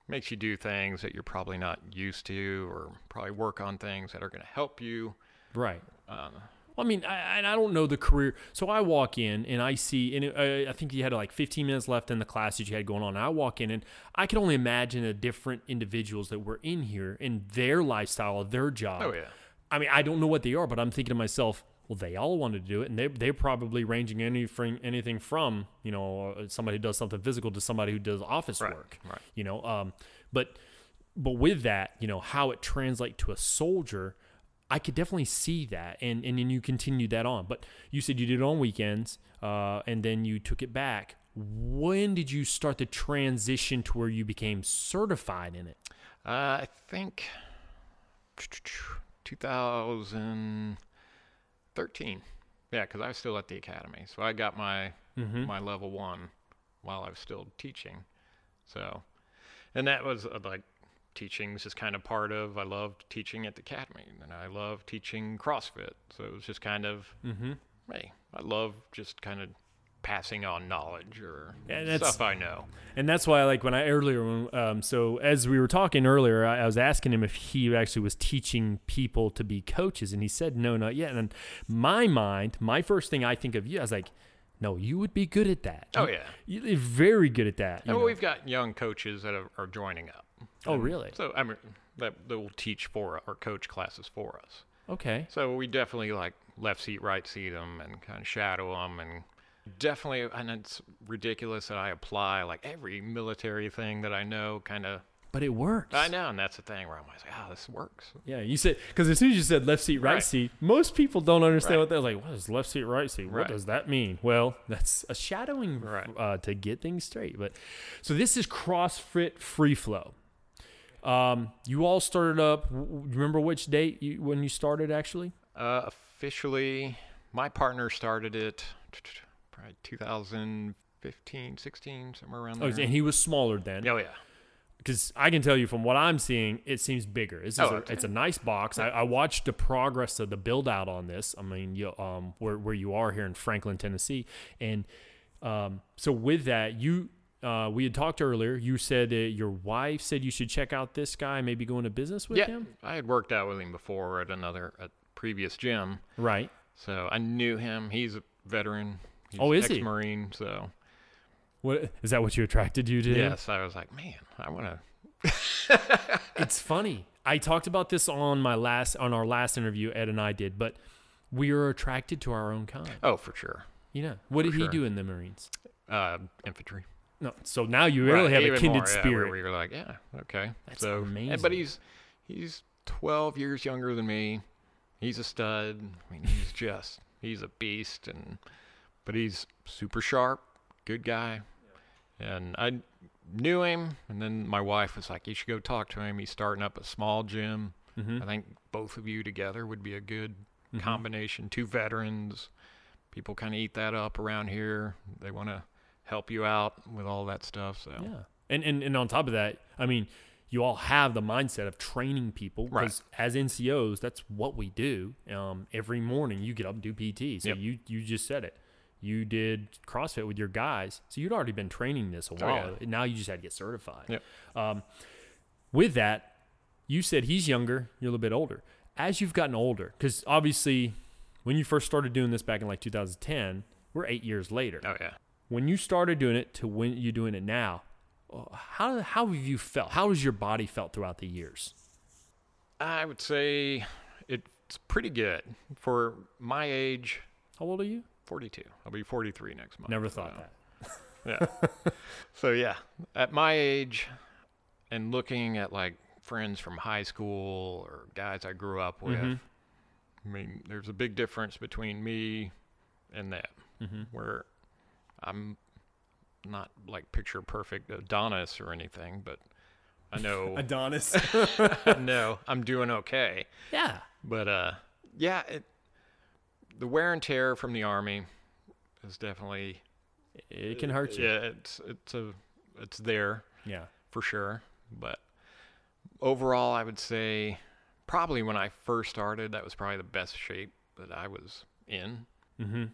makes you do things that you're probably not used to, or probably work on things that are going to help you. Right. Um, Well, I mean, I, and I don't know the career. So I walk in and I see, and it, I, I think you had like 15 minutes left in the class that you had going on. And I walk in and I can only imagine the different individuals that were in here and their lifestyle, their job. Oh yeah. I mean, I don't know what they are, but I'm thinking to myself, well, they all wanted to do it, and they they're probably ranging any from anything from you know uh, somebody who does something physical to somebody who does office Right, work, right. you know. Um, but but with that, you know how it translates to a soldier, I could definitely see that, and and then you continued that on. But you said you did it on weekends, uh, and then you took it back. When did you start the transition to where you became certified in it? Uh, I think 2013. Yeah, because I was still at the academy, so I got my my level one while I was still teaching. So, and that was uh, like teaching was just kind of part of. I loved teaching at the academy, and I loved teaching CrossFit. So it was just kind of, Mhm. hey, I love just kind of passing on knowledge or And that's- stuff I know. And that's why, like, when I earlier, when, um, so as we were talking earlier, I, I was asking him if he actually was teaching people to be coaches, and he said, no, not yet. And in my mind, my first thing I think of you, I was like, no, you would be good at that. Oh yeah. You- You're very good at that. you And know. we've got young coaches that are, are joining up. Oh, really? So I mean, that that will teach for or coach classes for us. Okay. So we definitely like left seat, right seat them, and kind of shadow them, and definitely. And it's ridiculous that I apply like every military thing that I know. Kind of, But it works. I know, and that's the thing where I'm always like, oh, this works. Yeah, you said because as soon as you said left seat, right, Right. seat, most people don't understand Right. what they're like. What is left seat, right seat? What Right. does that mean? Well, that's a shadowing Right. uh, to get things straight. But so this is CrossFit Free Flow. Um, you all started up. w- w- you Remember which date you, when you started actually? Uh, officially, my partner started it probably 2015, 16, somewhere around Oh, there. and he was smaller then. Oh yeah, because I can tell you from what I'm seeing, it seems bigger. This is Oh, a, okay. It's a nice box. I, I watched the progress of the build out on this. I mean, you, um, where where you are here in Franklin, Tennessee, and um, so with that, you uh, we had talked earlier. You said that your wife said you should check out this guy, maybe go into business with yeah. him, I had worked out with him before at another at previous gym. right? So I knew him. He's a veteran. He's Oh, is he? ex-marine, So What is that? What you attracted you to? him? yes, I was like, man, I want to. it's funny. I talked about this on my last on our last interview. Ed and I did, but we are attracted to our own kind. Oh, for sure. You know, what did he sure. do in the Marines? Uh, infantry. No, so now you really Right, have even a kindred more, yeah, where spirit. we were like, yeah, okay. That's so, and- amazing. but he's he's 12 years younger than me. He's a stud. I mean, he's just he's a beast, and but he's super sharp, good guy. And I knew him, and then my wife was like, "You should go talk to him. He's starting up a small gym. Mm-hmm. I think both of you together would be a good combination. Two veterans, people kind of eat that up around here. They want to help you out with all that stuff. So yeah, and, and and on top of that, I mean, you all have the mindset of training people Right. because as NCOs, that's what we do. Um, every morning you get up and do PT. So Yep. you you just said it. You did CrossFit with your guys, so you'd already been training this a Oh, yeah. while. and Now you just had to get certified. Yep. Um, with that, you said he's younger, you're a little bit older. As you've gotten older, because obviously, when you first started doing this back in like 2010, we're eight years later. Oh yeah. when you started doing it to when you're doing it now, uh, how how have you felt? How has your body felt throughout the years? I would say it's pretty good for my age. How old are you? 42. I'll be 43 next month. Never thought that. Yeah. so yeah, at my age, and looking at like friends from high school or guys I grew up with, Mm-hmm. I mean, there's a big difference between me and them, Mm-hmm. where I'm not like picture perfect Adonis or anything, but I know. Adonis. I know. I'm doing okay. yeah. But uh, yeah, it, the wear and tear from the army is definitely It can hurt you. yeah, it's it's a it's there Yeah. for sure. But overall, I would say probably when I first started, that was probably the best shape that I was in. Mm-hmm.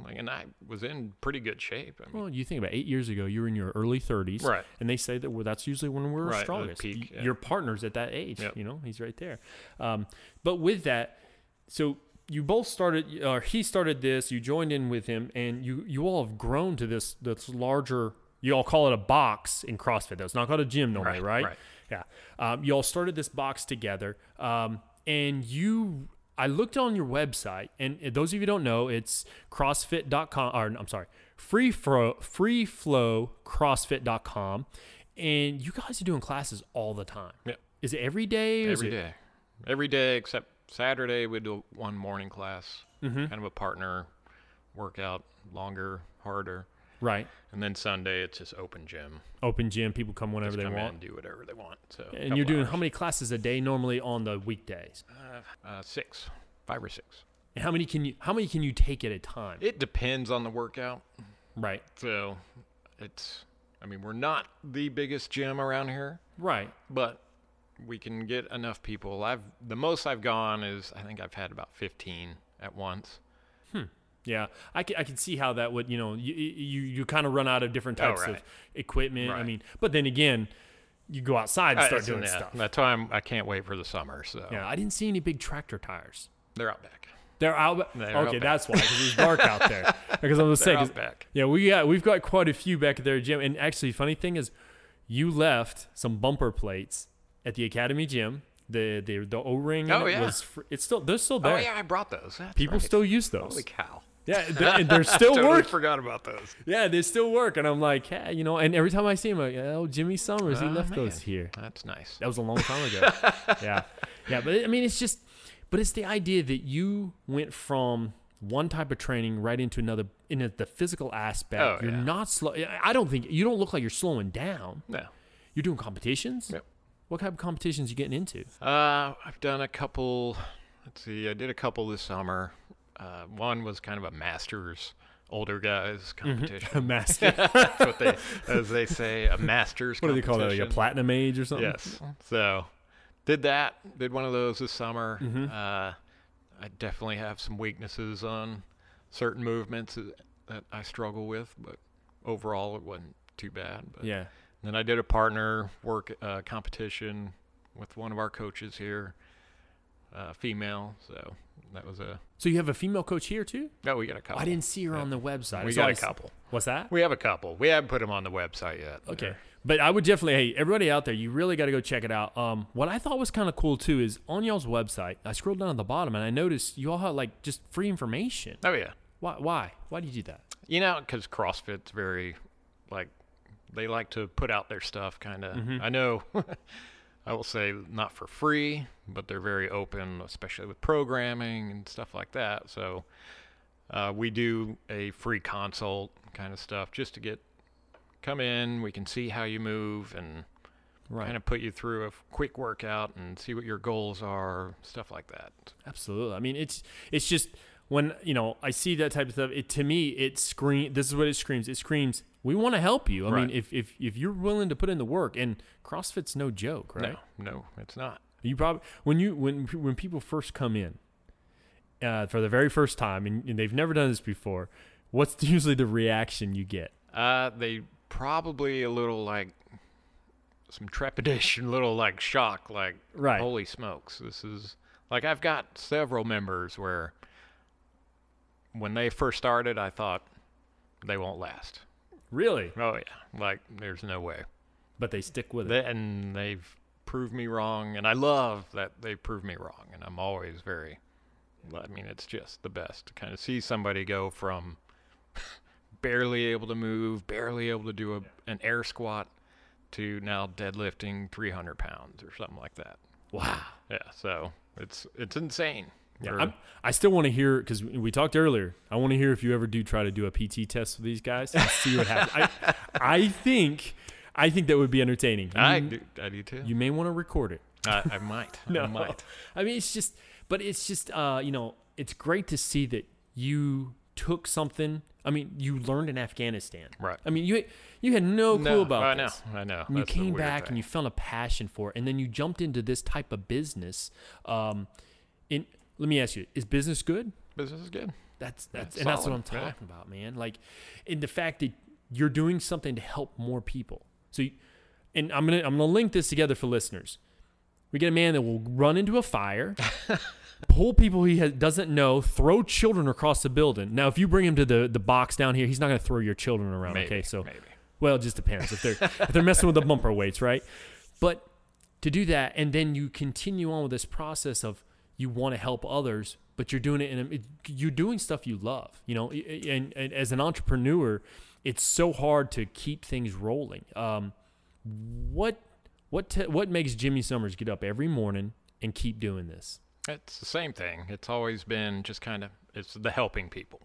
Like, and I was in pretty good shape. I mean, Well, you think about it, eight years ago, you were in your early 30s. Right. And they say that well, that's usually when we're Right, the strongest. peak, Y- yeah. Your partner's at that age. Yep. You know, he's right there. Um, but with that, so you both started, or he started this, you joined in with him, and you, you all have grown to this, this larger, you all call it a box in CrossFit. That's not called a gym normally, right? Right, Yeah. Um, you all started this box together. Um, and you, I looked on your website, and uh, those of you who don't know, it's crossfit.com, or I'm sorry, free fro, freeflowcrossfit.com. And you guys are doing classes all the time. Yep. Is it every day? or is every it- day, every day except Saturday, we do one morning class, Mm-hmm. kind of a partner workout, longer, harder, Right. and then Sunday it's just open gym. Open gym, people come whenever they Just come in want. and do whatever they want. So And you're doing couple how many classes a day normally on the weekdays? hours. uh, uh, six, five or six. And how many can you how many can you take at a time? It depends on the workout. right. So it's, I mean, we're not the biggest gym around here, Right. but we can get enough people. I've the most I've gone is I think I've had about 15 at once. Yeah, I can, I can see how that would you know you you, you kind of run out of different types of Oh, right. equipment. I Right. mean, but then again, you go outside and Uh, start it's- Oh. doing yeah, stuff. That's why I'm, I can't wait for the summer. So Yeah, I didn't see any big tractor tires. they're out back. They're out. They're out okay, back. that's why because it's dark out there. Because I was saying, They're 'cause- out back. yeah, we got we've got quite a few back at their gym. And actually, funny thing is, you left some bumper plates at the academy gym. The the the O ring. Oh, yeah. was fr- it's still they're still there. Oh yeah, I brought those. That's People right. still use those. holy cow. yeah, they're, and they're still totally working. forgot about those. Yeah, they still work, and I'm like, hey, you know. And every time I see him, I'm like, oh, Jimmy Summers, he Oh, left man. those here. That's nice. That was a long time ago. yeah, yeah. But I mean, it's just, but it's the idea that you went from one type of training right into another in the physical aspect. Oh, you're yeah. not slow. I don't think you don't look like you're slowing down. No. You're doing competitions. Yep. What kind of competitions you getting into? Uh, I've done a couple. Let's see. I did a couple this summer. Uh, one was kind of a masters older guys Mm-hmm. competition. A master. That's what they, as they say, a masters. what do they call that? Like a competition. platinum age or something? Yes. So, did that. Did one of those this summer. Mm-hmm. Uh, I definitely have some weaknesses on certain movements that- that I struggle with, but overall it wasn't too bad. But Yeah. Then I did a partner work uh, competition with one of our coaches here, uh, female. So that was a. So you have a female coach here too? No, we got a couple. I didn't see her on the website. We So got I a s- couple. What's that? We have a couple. We haven't put them on the website yet. Okay. They're- But I would definitely, hey, everybody out there, you really got to go check it out. Um, what I thought was kind of cool too is on y'all's website, I scrolled down at the bottom and I noticed you all had like just free information. Oh yeah. Why? Why? Why do you do that? You know, because CrossFit's very, like, they like to put out their stuff kind of. Mm-hmm. I know, I will say not for free, but they're very open, especially with programming and stuff like that. So uh, we do a free consult kind of stuff just to get, come in, we can see how you move and Right. kind of put you through a quick workout and see what your goals are, stuff like that. Absolutely. I mean, it's it's just when you know I see that type of stuff. It to me, it scream. This is what it screams. It screams. We want to help you. I Right. mean, if, if if you're willing to put in the work, and CrossFit's no joke, right? No, no, it's not. You probably when you when when people first come in uh, for the very first time and, and they've never done this before, what's usually the reaction you get? Uh, they probably a little like some trepidation, a little like shock, like Right. holy smokes, this is like I've got several members where when they first started, I thought they won't last. Really? Oh yeah, like there's no way. But they stick with it. They, and they've proved me wrong, and I love that they prove me wrong, and I'm always very. I mean, it's just the best to kind of see somebody go from barely able to move, barely able to do a, an air squat, to now deadlifting 300 pounds or something like that. Wow. Yeah, so it's it's insane. Yeah, Or- I'm, I still want to hear because we talked earlier. I want to hear if you ever do try to do a PT test with these guys and see what happens. I, I think I think that would be entertaining. You, I do, I do too. you may want to record it. I, I might. I might. I mean, it's just, but it's just, uh, you know, it's great to see that you took something. I mean, you learned in Afghanistan. Right. I mean, you you had no clue No, about I know. this. I know. And you That's the came weird back thing. and you found a passion for it, and then you jumped into this type of business. Um, in let me ask you, is business good? Business is good. That's that's Yeah, and that's what I'm solid, yeah. talking about, man. Like, in the fact that you're doing something to help more people. So, you, and I'm gonna I'm gonna link this together for listeners. We get a man that will run into a fire, pull people he has, doesn't know, throw children across the building. Now, if you bring him to the, the box down here, he's not gonna throw your children around. Maybe, okay, so maybe. well, it just depends if they're if they're messing with the bumper weights, right? But to do that, and then you continue on with this process of you want to help others, but you're doing it and it, you're doing stuff you love, you know. And, and as an entrepreneur, it's so hard to keep things rolling. Um, what what te- what makes Jimmy Summers get up every morning and keep doing this? It's the same thing. It's always been just kind of it's the helping people.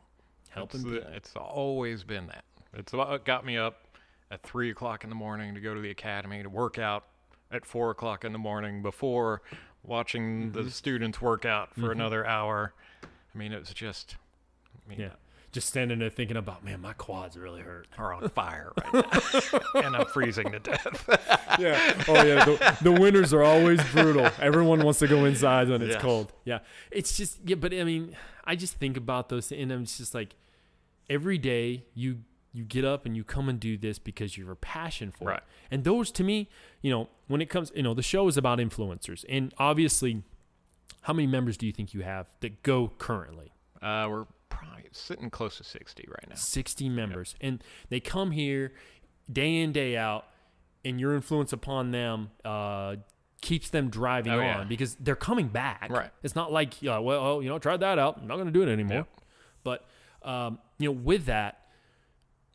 Helping It's, the- it's always been that. It's what got me up at three o'clock in the morning to go to the academy to work out at four o'clock in the morning before watching the students work out for another hour. I mean, it was just. I mean, Yeah, just standing there thinking about, man, my quads really hurt. Are on fire right now, and I'm freezing to death. yeah. Oh yeah. The, the winters are always brutal. Everyone wants to go inside when it's Yes. cold. Yeah. It's just yeah, but I mean, I just think about those and I'm just like every day you you get up and you come and do this because you're passionate for Right. it. And those to me, you know, when it comes, you know, the show is about influencers. And obviously, how many members do you think you have that go currently? Uh, we're probably sitting close to sixty right now. 60 members and they come here day in day out and your influence upon them uh, keeps them driving Oh, on yeah. because they're coming back Right. it's not like uh, well oh, you know I tried that out i'm not going to do it anymore but um, you know with that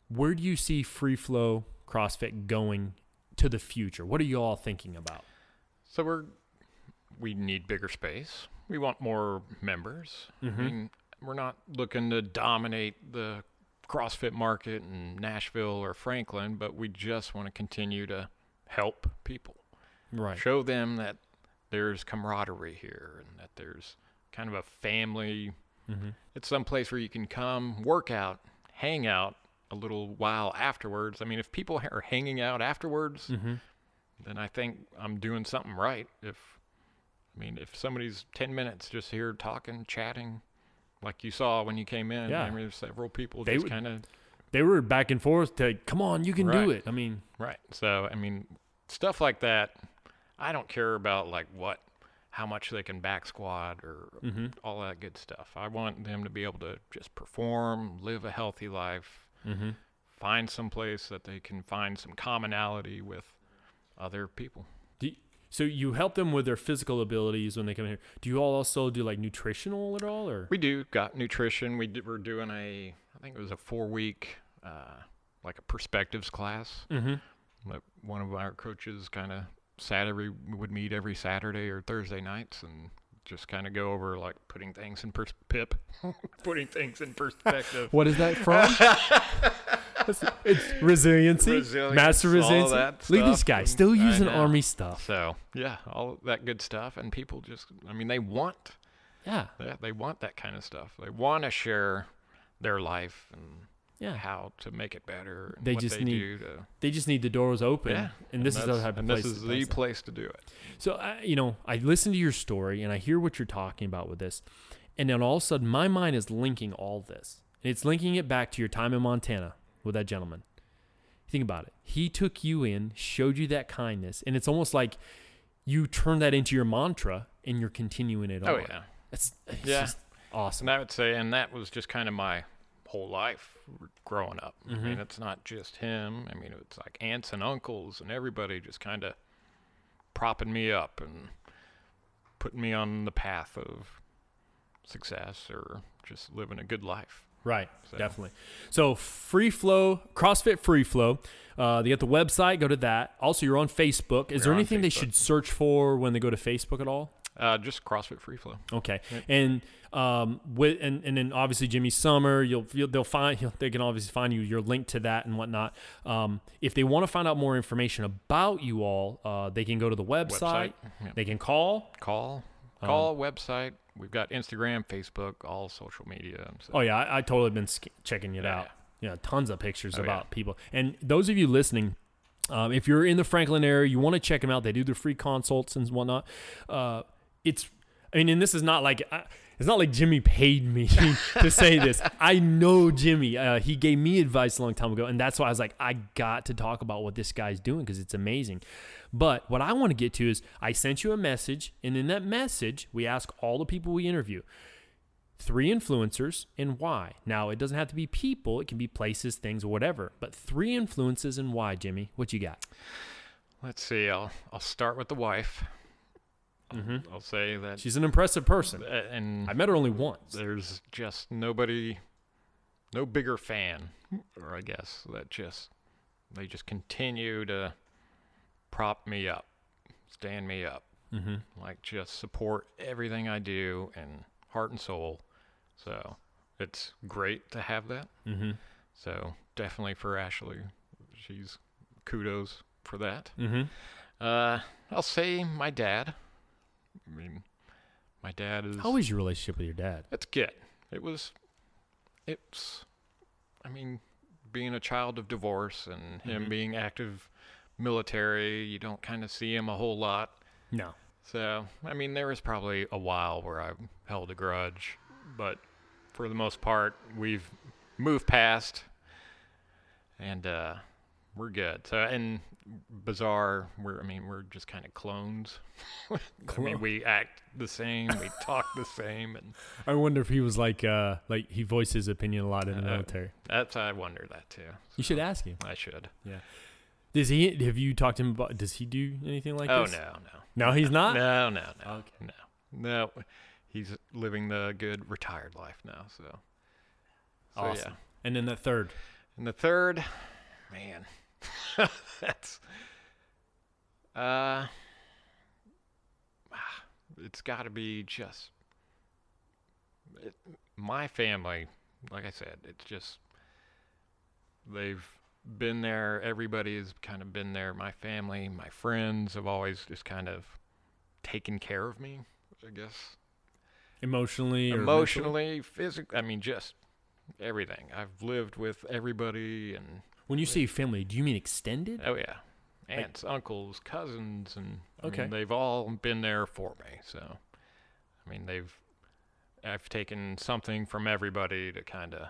where do you see free flow crossfit going to the future what are you all thinking about So we're we need bigger space. We want more members. I mean, we're not looking to dominate the CrossFit market in Nashville or Franklin, but we just want to continue to help people. right Show them that there's camaraderie here and that there's kind of a family. Mm-hmm. It's some place where you can come, work out, hang out a little while afterwards. I mean, if people are hanging out afterwards, Mm-hmm. then I think I'm doing something right. If I mean, if somebody's ten minutes just here talking, chatting, like you saw when you came in, Yeah. I mean, there's several people They just would- kind of they were back and forth to come on you can do Right. it i mean Right. So I mean, stuff like that. I don't care about like what, how much they can back squat or all that good stuff. I want them to be able to just perform, live a healthy life, find some place that they can find some commonality with other people. Do you- so you help them with their physical abilities when they come here. Do you all also do like nutritional at all, or We do got nutrition. We d we're doing a, I think it was a four week, uh, like a perspectives class. Mm-hmm. One of our coaches kind of sat every we would meet every Saturday or Thursday nights and just kind of go over like putting things in pers- pip, putting things in perspective. what is that from? it's resiliency, Resilience, master all resiliency. that Look at this stuff. guy still I using know. army stuff. so yeah, all that good stuff, and people just, I mean, they want Yeah, that. They want that kind of stuff. They want to share their life and yeah. how to make it better. And They what just they need- do to They just need the doors open, Yeah, and this is the that's- type of and place. This is that the does that. place to do it. So I, you know, I listen to your story and I hear what you're talking about with this, and then all of a sudden my mind is linking all this, and it's linking it back to your time in Montana with that gentleman. Think about it. He took you in, showed you that kindness, and it's almost like you turn that into your mantra and you're continuing it Oh, on. yeah. that's it's Yeah. just awesome. And I would say, and that was just kind of my whole life growing up. I Mm-hmm. mean, it's not just him. I mean, it's like aunts and uncles and everybody just kind of propping me up and putting me on the path of success or just living a good life. Right, So- definitely. So free flow, CrossFit Free Flow. Uh, they got the website. Go to that. Also, you're on Facebook. Is there on anything they Facebook. should search for when they go to Facebook at all? Uh, just CrossFit Free Flow. Okay, and um, with and, and then obviously Jimmy Summer, you'll, you'll they'll find you'll, they can obviously find you your link to that and whatnot. Um, if they want to find out more information about you all, uh, they can go to the website. Website, yeah. They can call. Call, Um, call, website. We've got Instagram, Facebook, all social media. So Oh yeah, I, I totally been sk- checking it Yeah. out. Yeah, tons of pictures Oh, about yeah. people. And those of you listening, um, if you're in the Franklin area, you want to check them out. They do the free consults and whatnot. Uh, it's, I mean, and this is not like. I, it's not like Jimmy paid me to say this. I know Jimmy. Uh, he gave me advice a long time ago, and that's why I was like, I got to talk about what this guy's doing because it's amazing. But what I want to get to is, I sent you a message, and in that message, we ask all the people we interview three influencers and why. Now, it doesn't have to be people, it can be places, things, or whatever. But three influences and why, Jimmy. What you got? let's see. I'll I'll start with the wife. I'll, I'll say that. Mm-hmm. She's an impressive person. a- and I met her only once. there's just nobody, no bigger fan, or I guess that just they just continue to prop me up, stand me up, mm-hmm. like just support everything I do and heart and soul. So it's great to have that. Mm-hmm. So definitely for Ashley, she's kudos for that. Mm-hmm. Uh, I'll say my dad. I mean, my dad is. How is your relationship with your dad? It's good. It was. It's. I mean, being a child of divorce and him being active military, you don't kind of see him a whole lot. No. So, I mean, there was probably a while where I held a grudge, but for the most part, we've moved past and uh, we're good. So, and bizarre, we're, I mean, we're just kind of clones. I mean, we act the same, we talk the same, and I wonder if he was like, uh, like he voiced his opinion a lot in the military. that's, I wonder that too. You should ask him. I should. Does he? Have you talked to him about? Does he do anything like Oh, this? no, no. no, he's not. No, no, no. Okay. No. No. He's living the good retired life now, so. so awesome. yeah. And then the third. And the third, man, that's uh, ah, it's got to be just it, my family. Like I said, it's just they've been there. Everybody has kind of been there. My family, my friends have always just kind of taken care of me. I guess Emotionally. Or mentally? emotionally, physically. I mean, just everything. I've lived with everybody, and When you say family, do you mean extended? oh yeah, aunts, uncles, cousins, and I mean, Okay. they've all been there for me. So, I mean, they've I've taken something from everybody to kind of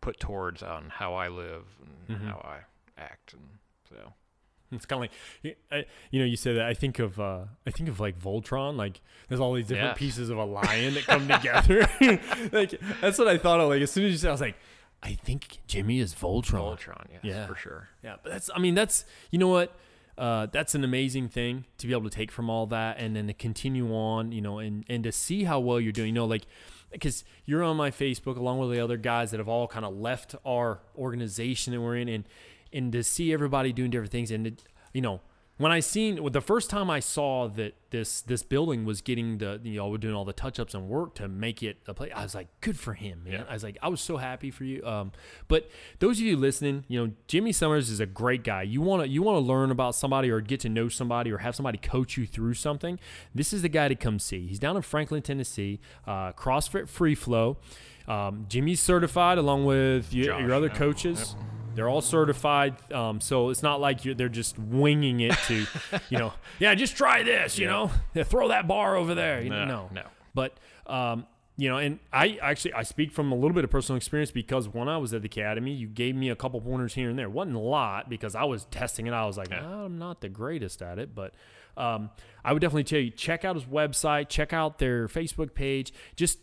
put towards on how I live and Mm-hmm. how I act, and so It's kind of like, I- you know, you say that. I think of, uh, I think of like Voltron. Like, there's all these different Yes. pieces of a lion that come together. like, that's what I thought of. Like, as soon as you said, I was like, I think Jimmy is Voltron. Voltron, yes, Yeah. for sure. Yeah, but that's. I mean, that's. You know what? Uh, that's an amazing thing to be able to take from all that, and then to continue on. You know, and and to see how well you're doing. You know, like because you're on my Facebook along with the other guys that have all kind of left our organization that we're in, and and to see everybody doing different things, and it, you know. When I seen well, the first time I saw that this this building was getting the you know we're doing all the touch ups and work to make it a place, I was like, good for him, man. Yeah. I was like, I was so happy for you. Um, but those of you listening, you know, Jimmy Summers is a great guy. You wanna you wanna learn about somebody or get to know somebody or have somebody coach you through something. This is the guy to come see. He's down in Franklin, Tennessee, uh, CrossFit Free Flow. Um, Jimmy's certified along with your, Josh, your other yeah. coaches. They're all certified, um, so it's not like you're, they're just winging it to, you know, yeah, just try this, you know, Yeah, throw that bar over there. You know, No, no. but um, you know, and I actually I speak from a little bit of personal experience because when I was at the academy, you gave me a couple pointers here and there. wasn't a lot because I was testing it. out. I was like, I'm not the greatest at it, but um, I would definitely tell you check out his website, check out their Facebook page, just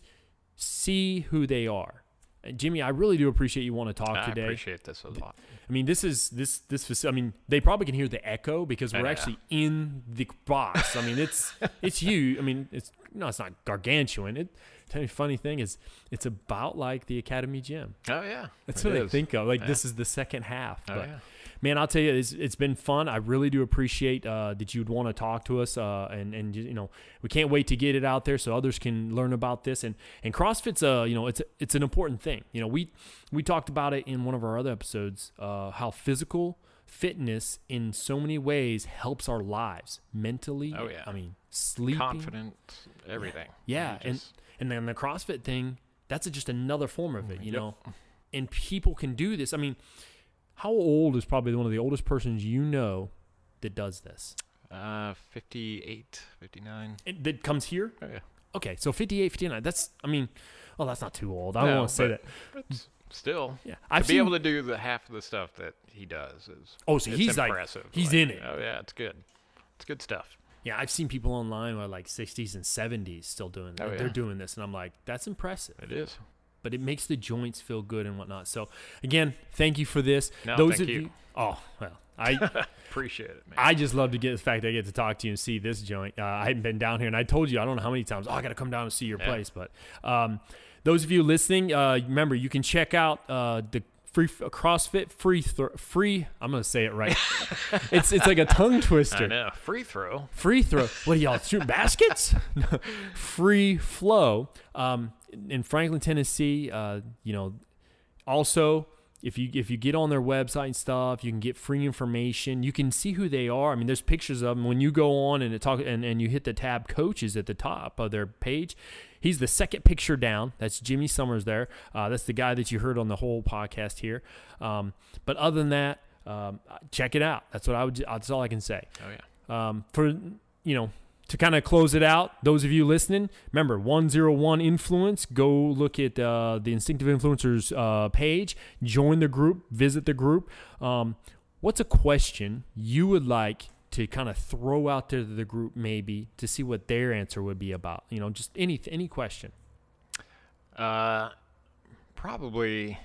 see who they are. And Jimmy, I really do appreciate you want to talk I today. appreciate this a lot. I mean, this is this this facility. I mean, they probably can hear the echo because we're Yeah. actually in the box. I mean, it's it's huge. I mean, it's no, it's not gargantuan. It. Tell you, a funny thing is, it's about like the academy gym. Oh yeah, That's it what I is. think of. Like this is the second half. Oh, but yeah. man, I'll tell you, it's, it's been fun. I really do appreciate uh, that you'd want to talk to us, uh, and and you know, we can't wait to get it out there so others can learn about this. And and CrossFit's uh, you know, it's it's an important thing. You know, we we talked about it in one of our other episodes, uh, how physical fitness in so many ways helps our lives mentally. Oh, yeah. I mean, sleeping, confident, everything. yeah, You and just- and then the CrossFit thing, that's a, just another form of it, you know. And people can do this. I mean, how old is probably one of the oldest persons you know that does this? uh, 58, 59. It, that comes here? Oh, yeah. Okay, so 58, 59. That's I mean, oh, that's not too old. I don't No, want to say but- that. But still, Yeah, to I've be seen- able to do the half of the stuff that he does is Oh, so it's he's like- impressive. he's Like, in it. Oh yeah, it's good. It's good stuff. Yeah, I've seen people online who are like 60s and 70s still doing that. Oh, yeah. They're doing this and I'm like, that's impressive. It is. but it makes the joints feel good and whatnot. So again, thank you for this. No, thank of you. Oh well, I Appreciate it, man. I just love to get the fact that I get to talk to you and see this joint. Uh, I haven't been down here, and I told you I don't know how many times. Oh, I got to come down and see your Yeah. place. But um, those of you listening, uh, remember you can check out uh, the free CrossFit free thro free. I'm gonna say it right. it's it's like a tongue I twister. know. Free throw. Free throw. What are y'all shooting baskets? No. Free flow. Um, in Franklin, Tennessee, uh, you know. Also, if you if you get on their website and stuff, you can get free information. You can see who they are. I mean, there's pictures of them when you go on and it talk and, and you hit the tab coaches at the top of their page. He's the second picture down. That's Jimmy Summers there. Uh, that's the guy that you heard on the whole podcast here. Um, but other than that, um, check it out. That's what I would. That's all I can say Oh yeah. um, for you know to kind of close it out those of you listening remember 101 influence go look at uh, the instinctive influencers uh, page join the group visit the group um, what's a question you would like to kind of throw out there to the group maybe to see what their answer would be about you know just any any question Uh, probably.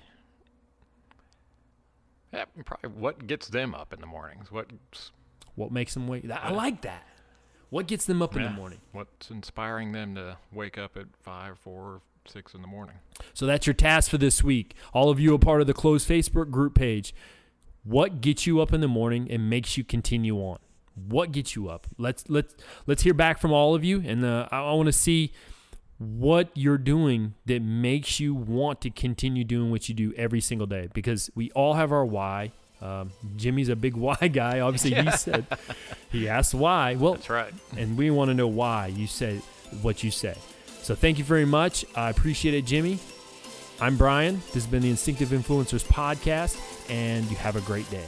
Yeah, probably what gets them up in the mornings. What's what makes them wake i like that what gets them up in the yeah, morning What's inspiring them to wake up at five, four, six in the morning? So that's your task for this week. All of you a part of the closed Facebook group page. What gets you up in the morning and makes you continue on? What gets you up? Let's let's let's hear back from all of you, and uh, I, I want to see what you're doing that makes you want to continue doing what you do every single day because we all have our why. Um, Jimmy's a big why guy. Obviously, he said he asked why. Well, That's right. and we want to know why you said what you said. So thank you very much. I appreciate it, Jimmy. I'm Brian. This has been the Instinctive Influencers Podcast, and you have a great day.